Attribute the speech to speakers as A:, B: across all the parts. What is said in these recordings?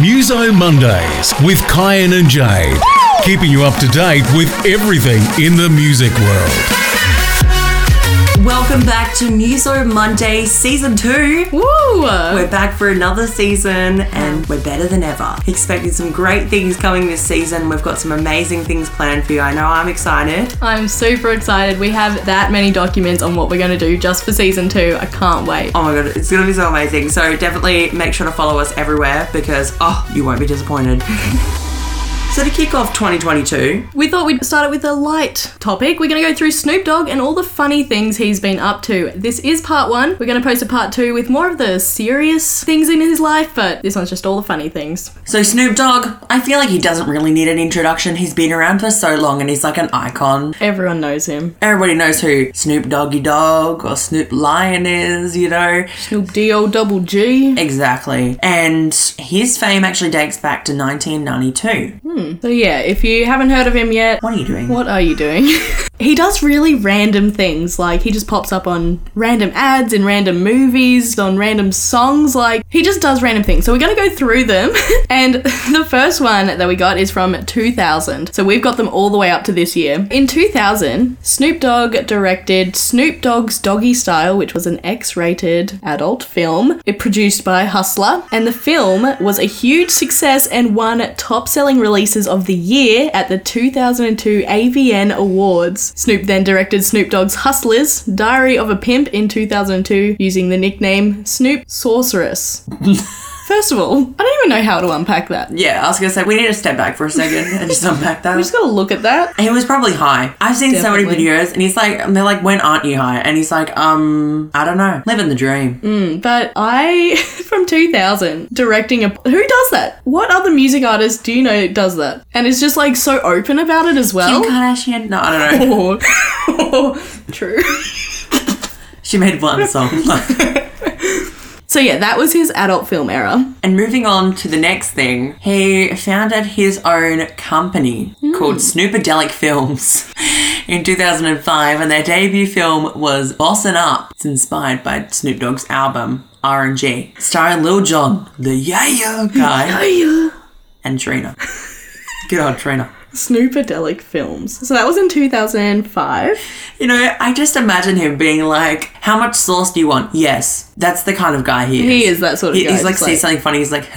A: Muso Mondays with Kyan and Jade. Keeping you up to date with everything in the music world.
B: Welcome back to Muso Monday Season 2.
C: Woo!
B: We're back for another season and we're better than ever. Expecting some great things coming this season. We've got some amazing things planned for you. I know I'm excited.
C: I'm super excited. We have that many documents on what we're going to do just for season two. I can't wait.
B: Oh my god, it's gonna be so amazing. So definitely make sure to follow us everywhere because oh, you won't be disappointed. so to kick off 2022,
C: We thought we'd start it with a light topic. We're going to go through Snoop Dogg and all the funny things he's been up to. This is part one. We're going to post a part two with more of the serious things in his life, but this one's just all the funny things.
B: so Snoop Dogg, I feel like he doesn't really need an introduction. He's been around for so long and he's like an icon.
C: Everyone knows him.
B: Everybody knows who Snoop Doggy Dogg or Snoop Lion is, you know.
C: Snoop D-O double G.
B: Exactly. And his fame actually dates back to 1992.
C: So yeah, if you haven't heard of him yet,
B: What are you doing?
C: What are you doing? he does really random things. Like, he just pops up on random ads in random movies, on random songs. Like, he just does random things. So, we're going to go through them. and the first one that we got is from 2000. So, we've got them all the way up to this year. In 2000, Snoop Dogg directed Snoop Dogg's Doggy Style, which was an X rated adult film. It produced by Hustler. And the film was a huge success and won top selling releases of the year at the 2002 AVN Awards. Snoop then directed Snoop Dogg's Hustlers, Diary of a Pimp in 2002 using the nickname Snoop Sorceress. First of all, I don't even know how to unpack that. You
B: yeah, I was gonna say we need to step back for a second and just unpack that.
C: just gotta look at that.
B: He was probably high. I've seen so many
C: Definitely.
B: videos, and he's like, and they're like, when aren't you high? And he's like, um, I don't know, living the dream.
C: Mm. But I, from 2000, directing a. Who does that? What other music artist do you know does that? And is just like so open about it as well.
B: Kim Kardashian? No, I don't know.
C: Oh. True.
B: She made one song.
C: So yeah, that was his adult film era.
B: and moving on to the next thing, he founded his own company called
C: Hmm.
B: Snoopadelic Films in 2005, and their debut film was Bossin' Up. It's inspired by Snoop Dogg's album R&G, starring Lil Jon, the yeah guy, and Trina. Good old Trina.
C: Snoopadelic films. So that was in 2005.
B: You know, I just imagine him being like, "How much sauce do you want?" Yes, that's the kind of guy he is.
C: He is that sort of
B: He-
C: guy.
B: he's like,
C: just
B: sees something funny. He's like,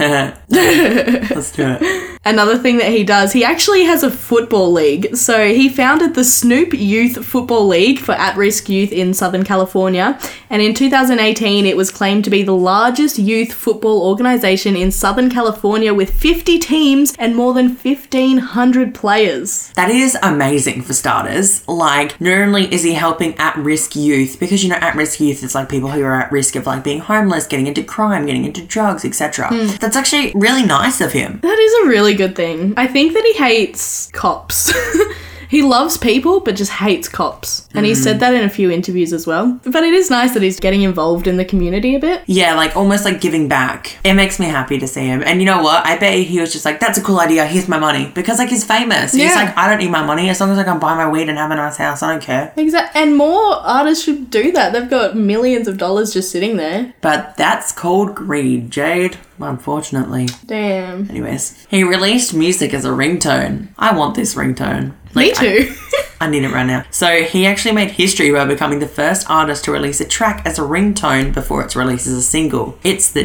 B: "Let's do it."
C: Another thing that he does, he actually has a football league. So he founded the Snoop Youth Football League for at risk youth in Southern California. And in 2018, it was claimed to be the largest youth football organization in Southern California with 50 teams and more than 1,500 players.
B: That is amazing for starters. Like, not only is he helping at-risk youth, because you know, at-risk youth is like people who are at risk of like being homeless, getting into crime, getting into drugs, etc. That's actually really nice of him.
C: That is a really good thing. I think that he hates cops. he loves people, but just hates cops. And he said that in a few interviews as well. But it is nice that he's getting involved in the community a bit.
B: Yeah, like almost like giving back. It makes me happy to see him. And you know what? I bet he was just like, that's a cool idea. Here's my money. Because like he's famous. He's
C: Yeah.
B: like, I don't need my money. As long as I can buy my weed and have a nice house, I don't care.
C: Exactly. And more artists should do that. They've got millions of dollars just sitting there.
B: But that's called greed, Jade. Unfortunately.
C: Damn.
B: Anyways, he released music as a ringtone. I want this ringtone.
C: Me
B: Like, I-
C: too.
B: I need it right now. So he actually made history by becoming the first artist to release a track as a ringtone before it's released as a single. It's the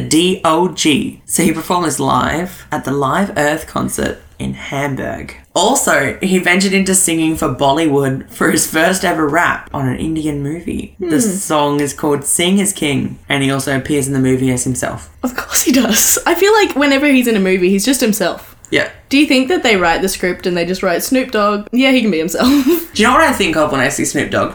B: DOG. So he performed this live at the Live Earth concert in Hamburg. Also, he ventured into singing for Bollywood for his first ever rap on an Indian movie. The song is called Sing is King, and he also appears in the movie as himself.
C: of course he does. I feel like whenever he's in a movie, he's just himself.
B: Yeah.
C: Do you think that they write the script and they just write Snoop Dogg? Yeah, he can be himself.
B: Do you know what I think of when I see Snoop Dogg?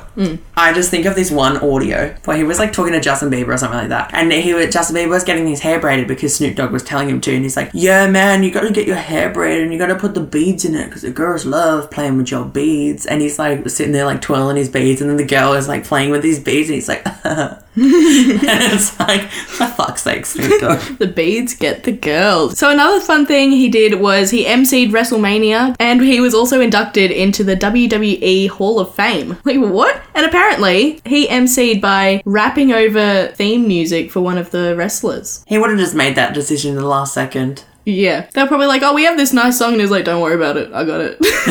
B: I just think of this one audio where he was like talking to Justin Bieber or something like that, and he was Justin Bieber was getting his hair braided because Snoop Dogg was telling him to, and he's like, "Yeah, man, you got to get your hair braided and you got to put the beads in it because the girls love playing with your beads." And he's like sitting there like twirling his beads, and then the girl is like playing with his beads, and he's like, and "It's like for fuck's sake, Snoop Dogg."
C: the beads get the girls. So another fun thing he did was he emceed WrestleMania and he was also inducted into the WWE Hall of Fame. Like what? And apparently he emceed by rapping over theme music for one of the wrestlers.
B: he would have just made that decision in the last second.
C: Yeah. They're probably like, oh, we have this nice song. And he's like, don't worry about it. I got it.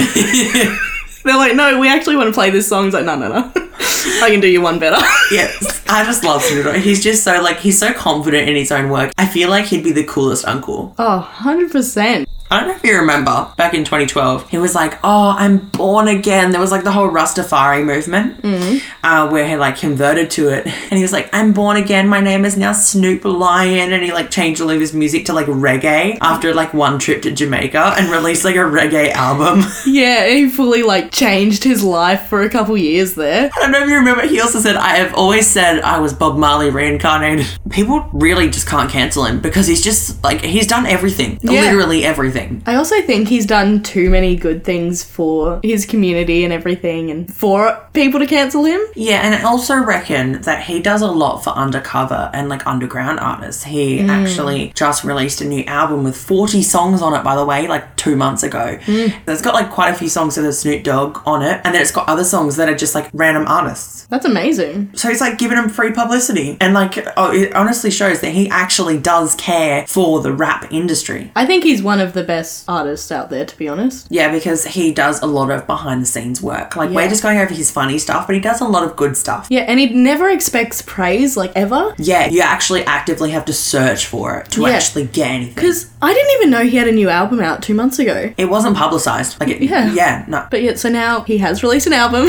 C: They're like, no, we actually want to play this song. He's like, no, no, no. I can do you one better.
B: Yes, I just love Snoop Dogg. He's just so like he's so confident in his own work. I feel like he'd be the coolest uncle.
C: oh, 100%.
B: I don't know if you remember back in 2012, he was like, "Oh, I'm born again." There was like the whole Rastafari movement uh, where he like converted to it, and he was like, "I'm born again. My name is now Snoop Lion," and he like changed all of his music to like reggae after like one trip to Jamaica and released like a reggae album.
C: Yeah, he fully like changed his life for a couple years there.
B: I don't know if you remember, he also said, I have always said I was Bob Marley reincarnated. People really just can't cancel him because he's just like, he's done everything.
C: Yeah.
B: Literally everything.
C: I also think he's done too many good things for his community and everything and for people to cancel him.
B: Yeah, and I also reckon that he does a lot for undercover and like underground artists. He actually just released a new album with 40 songs on it, by the way, like two months ago. It's got like quite a few songs with a Snoop Dogg on it, and then it's got other songs that are just like random artists.
C: That's amazing.
B: So he's like giving him free publicity. And like, oh, it honestly shows that he actually does care for the rap industry.
C: I think he's one of the best artists out there, to be honest.
B: Yeah, because he does a lot of behind the scenes work. Like, we're
C: Yeah.
B: just going over his funny stuff, but he does a lot of good stuff.
C: Yeah, and he never expects praise, like ever.
B: Yeah, you actually actively have to search for it to
C: Yeah.
B: actually get anything.
C: Because I didn't even know he had a new album out two months ago.
B: It wasn't publicized. Like, it,
C: Yeah.
B: yeah. no.
C: But yet, so now he has released an album.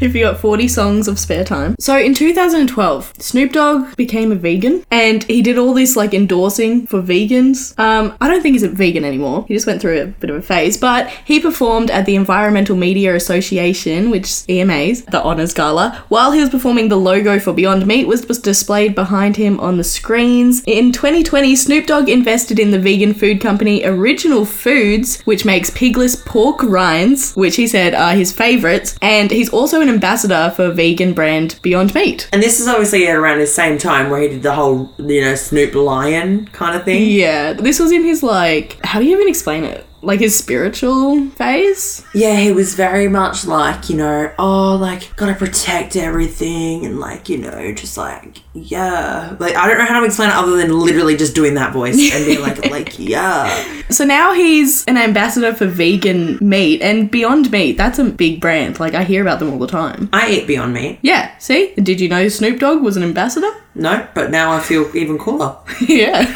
C: if you got 40 songs of spare time. So in 2012, Snoop Dogg became a vegan and he did all this like endorsing for vegans. Um, I don't think he's a vegan anymore. He just went through a bit of a phase, but he performed at the Environmental Media Association, which is E EMA's, the honors gala. While he was performing, the logo for Beyond Meat was, was displayed behind him on the screens. In 2020, Snoop Dogg invested in the vegan food company Original Foods, which makes pigless pork rinds, which he said are his favorites, and he's also an ambassador for vegan brand Beyond Meat.
B: And this is obviously around the same time where he did the whole, you know, Snoop Lion kind of thing.
C: Yeah, this was in his like, how do you even explain it? Like his spiritual phase?
B: Yeah, he was very much like, you know, oh, like, gotta protect everything, and like, you know, just like, yeah. Like, I don't know how to explain it other than literally just doing that voice and being like, like, yeah.
C: So now he's an ambassador for vegan meat and Beyond Meat. That's a big brand. Like I hear about them all the time.
B: I eat Beyond Meat.
C: Yeah, see? Did you know Snoop Dogg was an ambassador?
B: No, but now I feel even cooler.
C: yeah.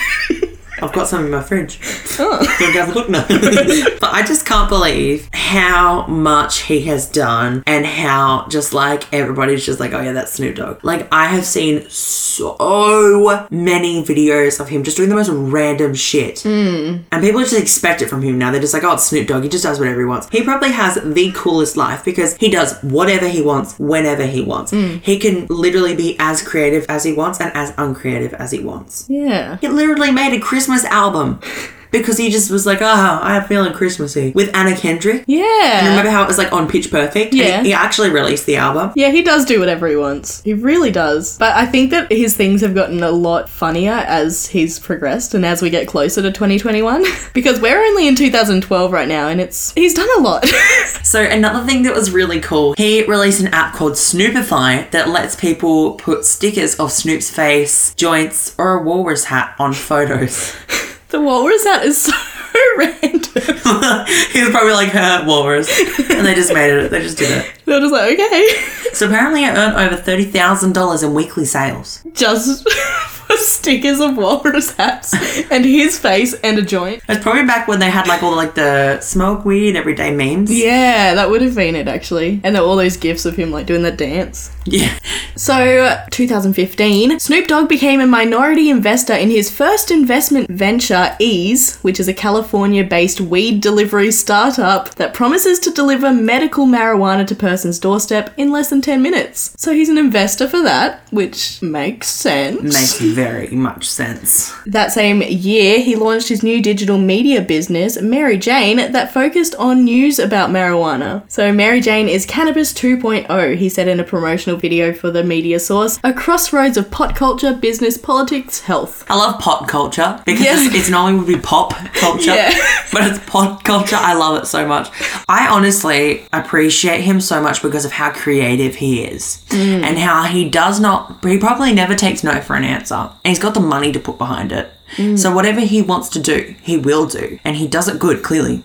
B: I've got some in my fridge.
C: Oh.
B: Go have a look now. but I just can't believe how much he has done and how just like everybody's just like, oh yeah, that's Snoop Dogg. Like I have seen so many videos of him just doing the most random shit. And people just expect it from him now. They're just like, oh, it's Snoop Dogg. He just does whatever he wants. He probably has the coolest life because he does whatever he wants, whenever he wants. He can literally be as creative as he wants and as uncreative as he wants.
C: Yeah.
B: He literally made a Christmas album because he just was like, ah, oh, I'm feeling Christmassy with Anna Kendrick.
C: Yeah.
B: Remember how it was like on Pitch Perfect? And
C: Yeah.
B: He, he actually released the album.
C: Yeah, he does do whatever he wants. He really does. But I think that his things have gotten a lot funnier as he's progressed and as we get closer to 2021 because we're only in 2012 right now and it's he's done a lot.
B: So another thing that was really cool, he released an app called Snoopify that lets people put stickers of Snoop's face, joints, or a walrus hat on photos.
C: the walrus hat is so random.
B: he was probably like, her walrus. And they just made it. They just did it.
C: They're just like, okay.
B: So apparently it earned over $30,000 in weekly sales.
C: Just for stickers of walrus hats and his face and a joint.
B: It's probably back when they had like all like the smoke weed everyday memes.
C: Yeah, that would have been it actually. And there were all those gifs of him like doing that dance.
B: Yeah.
C: So, 2015, Snoop Dogg became a minority investor in his first investment venture, Ease, which is a California based weed delivery startup that promises to deliver medical marijuana to person's doorstep in less than 10 minutes. So, he's an investor for that, which makes sense.
B: makes very much sense.
C: That same year, he launched his new digital media business, Mary Jane, that focused on news about marijuana. So, Mary Jane is Cannabis 2.0, he said in a promotional video for the media source, a crossroads of pot culture, business, politics, health.
B: I love pot culture because
C: Yes.
B: it's normally would be pop culture,
C: Yeah.
B: but it's pot culture. I love it so much. I honestly appreciate him so much because of how creative he is and how he does not, he probably never takes no for an answer. And he's got the money to put behind it. So whatever he wants to do, he will do, and he does it good. Clearly,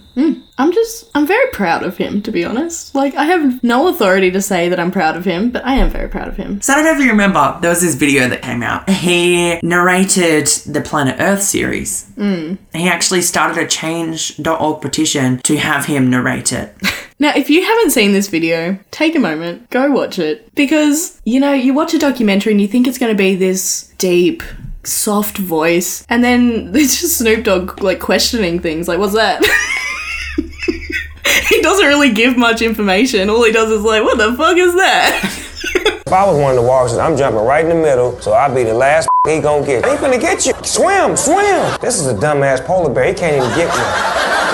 C: I'm just, I'm very proud of him, to be honest. Like, I have no authority to say that I'm proud of him, but I am very proud of him.
B: So I don't know if you remember, there was this video that came out. He narrated the Planet Earth series. Mm. He actually started a change.org petition to have him narrate it.
C: Now, if you haven't seen this video, take a moment, go watch it. Because, you know, you watch a documentary and you think it's going to be this deep, soft voice, and then there's just Snoop Dogg, like, questioning things. Like, what's that? he doesn't really give much information. All he does is, like, what the fuck is that?
D: If I was one of the walkers, I'm jumping right in the middle, so I'll be the last he gonna get. He finna get you. Swim, swim. This is a dumbass polar bear. He can't even get me.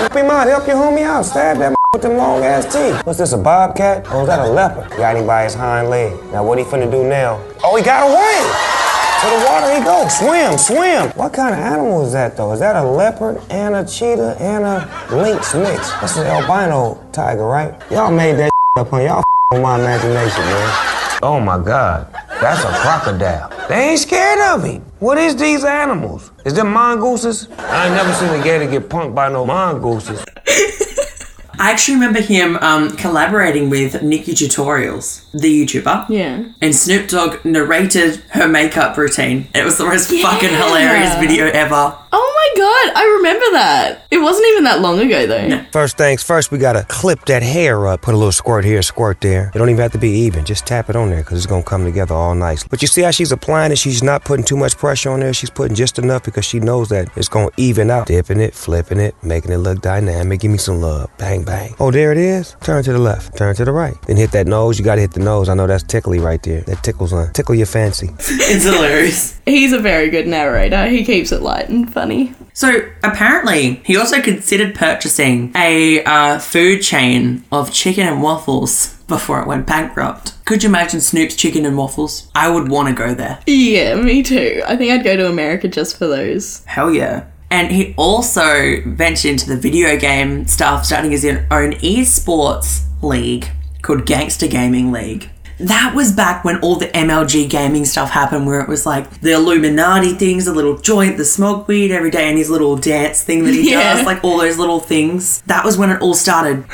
D: Help him out. Help your homie out. Stab that with them long ass teeth. What's this, a bobcat? Or is that a leopard? Got him by his hind leg. Now what he finna do now? Oh, he got away. To the water he go. Swim, swim. What kind of animal is that though? Is that a leopard and a cheetah and a lynx mix? That's an albino tiger, right? Y'all made that up on y'all on my imagination, man. Oh my God, that's a crocodile. They ain't scared of me. What is these animals? Is them mongooses? I ain't never seen a gator get punked by no mongooses.
B: I actually remember him um, collaborating with Nikki Tutorials, the YouTuber.
C: Yeah.
B: And Snoop Dogg narrated her makeup routine. It was the most fucking hilarious video ever.
C: Oh my god, I remember that. It wasn't even that long ago, though.
D: First things first, we gotta clip that hair up. Put a little squirt here, squirt there. It don't even have to be even. Just tap it on there, cause it's gonna come together all nice. But you see how she's applying it? She's not putting too much pressure on there. She's putting just enough because she knows that it's gonna even out. Dipping it, flipping it, making it look dynamic. Give me some love. Bang, bang. Oh, there it is. Turn to the left. Turn to the right. Then hit that nose. You gotta hit the nose. I know that's tickly right there. That tickles on. Tickle your fancy.
B: It's hilarious.
C: He's a very good narrator. He keeps it light and funny.
B: So apparently, he also considered purchasing a uh, food chain of chicken and waffles before it went bankrupt. Could you imagine Snoop's chicken and waffles? I would want to go there.
C: Yeah, me too. I think I'd go to America just for those.
B: Hell yeah. And he also ventured into the video game stuff, starting his own esports league called Gangster Gaming League. That was back when all the MLG gaming stuff happened, where it was like the Illuminati things, the little joint, the smoke weed every day, and his little dance thing that he
C: Yeah.
B: does, like all those little things. That was when it all started.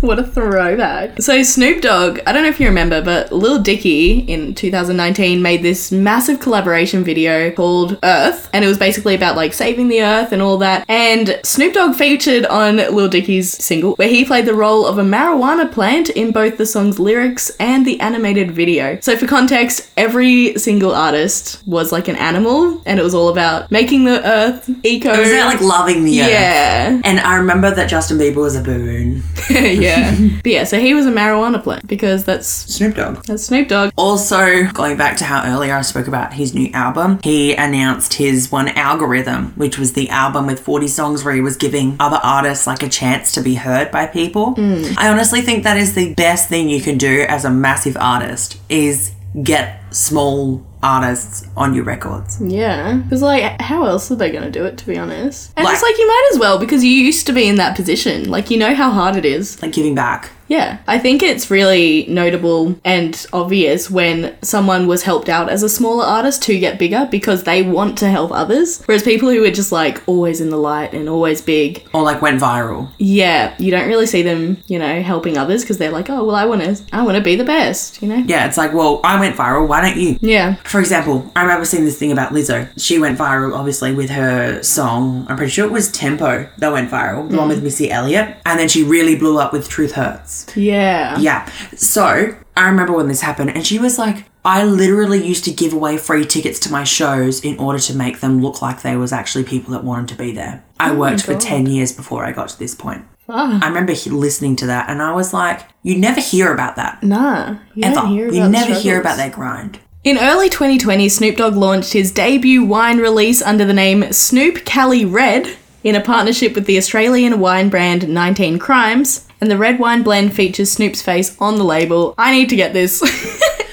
C: What a throwback. So, Snoop Dogg, I don't know if you remember, but Lil Dicky in 2019 made this massive collaboration video called Earth, and it was basically about like saving the earth and all that. And Snoop Dogg featured on Lil Dicky's single, where he played the role of a marijuana plant in both the song's lyrics and the animated video. So, for context, every single artist was like an animal, and it was all about making the earth eco.
B: It was Oh, that like loving the earth.
C: yeah.
B: And I remember that Justin Bieber was a baboon.
C: yeah. But yeah, so he was a marijuana plant because that's
B: Snoop Dogg.
C: that's Snoop Dogg.
B: Also, going back to how earlier I spoke about his new album, he announced his one algorithm, which was the album with 40 songs where he was giving other artists like a chance to be heard by people. I honestly think that is the best thing you can do as a massive artist is get small artists on your records.
C: Yeah. Because, like, how else are they going to do it, to be honest? And it's
B: Like-
C: like, you might as well because you used to be in that position. Like, you know how hard it is.
B: Like giving back.
C: Yeah. I think it's really notable and obvious when someone was helped out as a smaller artist to get bigger because they want to help others. Whereas people who are just, like, always in the light and always big,
B: Or like went viral.
C: yeah, you don't really see them, you know, helping others because they're like, oh, well, I want to, I want to be the best, you know?
B: Yeah, it's like, well, I went viral, why don't you?
C: Yeah.
B: For example, I remember seeing this thing about Lizzo. She went viral, obviously, with her song. I'm pretty sure it was Tempo that went viral,
C: Mm.
B: the one with Missy Elliott. And then she really blew up with Truth Hurts.
C: Yeah.
B: Yeah. So I remember when this happened, and she was like, I literally used to give away free tickets to my shows in order to make them look like they was actually people that wanted to be there. I
C: Oh
B: worked for 10 years before I got to this point. I remember he- listening to that, and I was like, you never hear about that.
C: Nah. You
B: Ever.
C: don't hear about
B: you
C: the
B: never hear
C: struggles.
B: about that grind.
C: In early 2020, Snoop Dogg launched his debut wine release under the name Snoop Cali Red in a partnership with the Australian wine brand 19 Crimes, and the red wine blend features Snoop's face on the label. I need to get this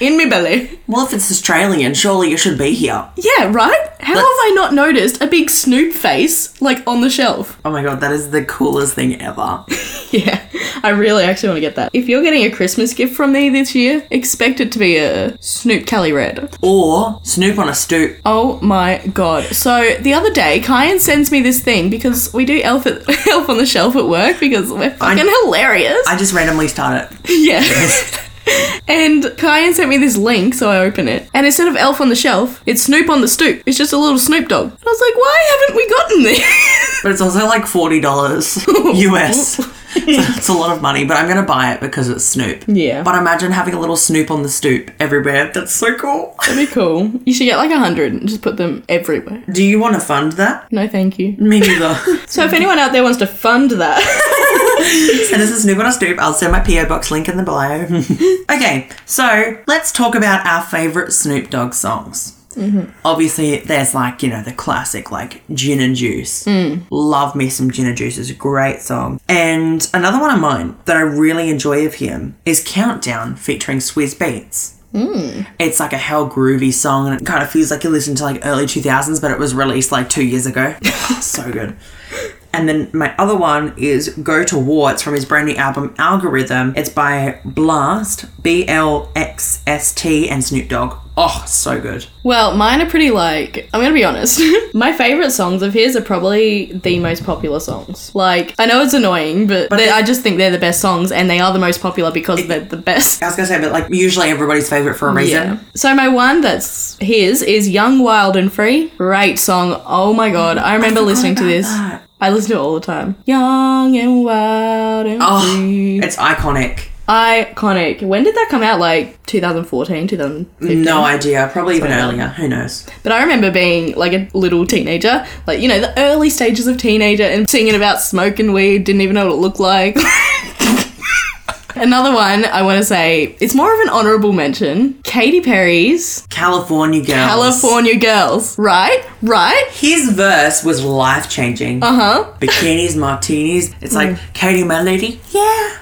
C: in me belly.
B: Well, if it's Australian, surely you should be here.
C: Yeah, right? How have I not noticed a big Snoop face like on the shelf?
B: Oh my god, that is the coolest thing ever.
C: Yeah. I really actually want to get that. If you're getting a Christmas gift from me this year, expect it to be a Snoop Cali Red.
B: Or Snoop on a stoop.
C: Oh my god. So the other day, Kyan sends me this thing because we do Elf, at, elf on the Shelf at work because we're fucking hilarious.
B: I just randomly start it.
C: Yeah. and Kyan sent me this link, so I open it. And instead of Elf on the Shelf, it's Snoop on the Stoop. It's just a little Snoop Dog. And I was like, why haven't we gotten this?
B: But it's also like $40 US. So it's a lot of money, but I'm going to buy it because it's Snoop.
C: Yeah.
B: But imagine having a little Snoop on the stoop everywhere. That's so cool.
C: That'd be cool. You should get like a hundred and just put them everywhere.
B: Do you want to fund that?
C: No, thank you.
B: Me neither.
C: So if anyone out there wants to fund that,
B: Send us a Snoop on a stoop. I'll send my PO box link in the bio. okay, so let's talk about our favorite Snoop Dogg songs. Obviously, there's like you know the classic like Gin and Juice. Love me some Gin and Juice is a great song. And another one of mine that I really enjoy of him is Countdown featuring Swizz Beats. It's like a hell groovy song, and it kind of feels like you listen to like early 2000s, but it was released like two years ago. so good. And then my other one is Go to War. It's from his brand new album Algorithm. It's by Blast, B L X S T, and Snoop Dogg. Oh, so good.
C: well, mine are pretty like I'm gonna be honest. My favorite songs of his are probably the most popular songs. Like I know it's annoying, but, they-
B: they-
C: I just think they're the best songs, and they are the most popular because they're the best.
B: I was gonna say, but like usually everybody's favorite for a reason.
C: Yeah. So my one that's his is Young, Wild and Free. Great song. Oh my god. I remember listening to this. I listen to it all the time. Young and wild and
B: Oh,
C: free.
B: it's iconic.
C: Iconic. When did that come out? Like 2014, 2015?
B: No idea. Probably even earlier. Who knows?
C: But I remember being like a little teenager, like, you know, the early stages of teenager and singing about smoking weed, didn't even know what it looked like. Another one I want to say, it's more of an honorable mention Katy Perry's
B: California Girls.
C: California Girls. Right? Right?
B: His verse was life changing.
C: Uh huh.
B: Bikinis, martinis. It's like, Katie, my lady. Yeah.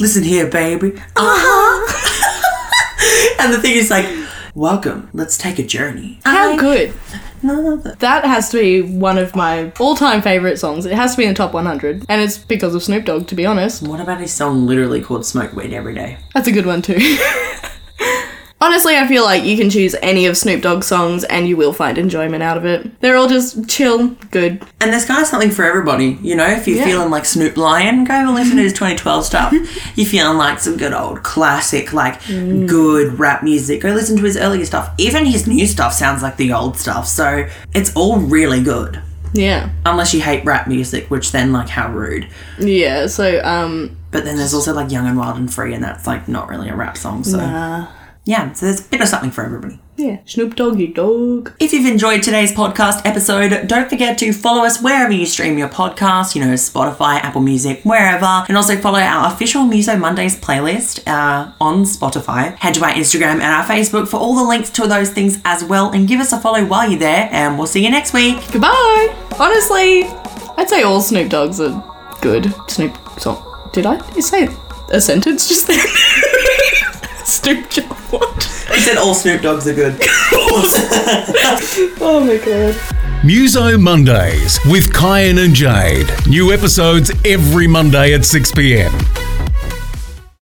B: Listen here, baby. Uh huh. and the thing is, like, welcome. Let's take a journey.
C: How good.
B: No, that-
C: That has to be one of my all time favourite songs. It has to be in the top 100. And it's because of Snoop Dogg, to be honest.
B: What about his song literally called Smoke Weed Every Day?
C: That's a good one too. Honestly, I feel like you can choose any of Snoop Dogg's songs and you will find enjoyment out of it. They're all just chill, good.
B: And there's kind of something for everybody, you know? If you're feeling like Snoop Lion, go and listen to his 2012 stuff. you're feeling like some good old classic, like good rap music, go listen to his earlier stuff. Even his new stuff sounds like the old stuff, so it's all really good.
C: Yeah.
B: Unless you hate rap music, which then, like, how rude.
C: Yeah, so um
B: But then there's also, like, Young and Wild and Free, and that's, like, not really a rap song, so. Yeah, so there's a bit of something for everybody.
C: yeah, Snoop Doggy Dog.
B: If you've enjoyed today's podcast episode, don't forget to follow us wherever you stream your podcast, you know, Spotify, Apple Music, wherever. And also follow our official Muso Mondays playlist uh, on Spotify. Head to our Instagram and our Facebook for all the links to those things as well. And give us a follow while you're there. And we'll see you next week.
C: Goodbye. Honestly, I'd say all Snoop Dogs are good. Snoop song. Did I say a sentence just then? Snoop Dogg. What?
B: He said all Snoop Dogs are good.
C: Oh my god.
A: Muso Mondays with Kyan and Jade. New episodes every Monday at 6 p.m.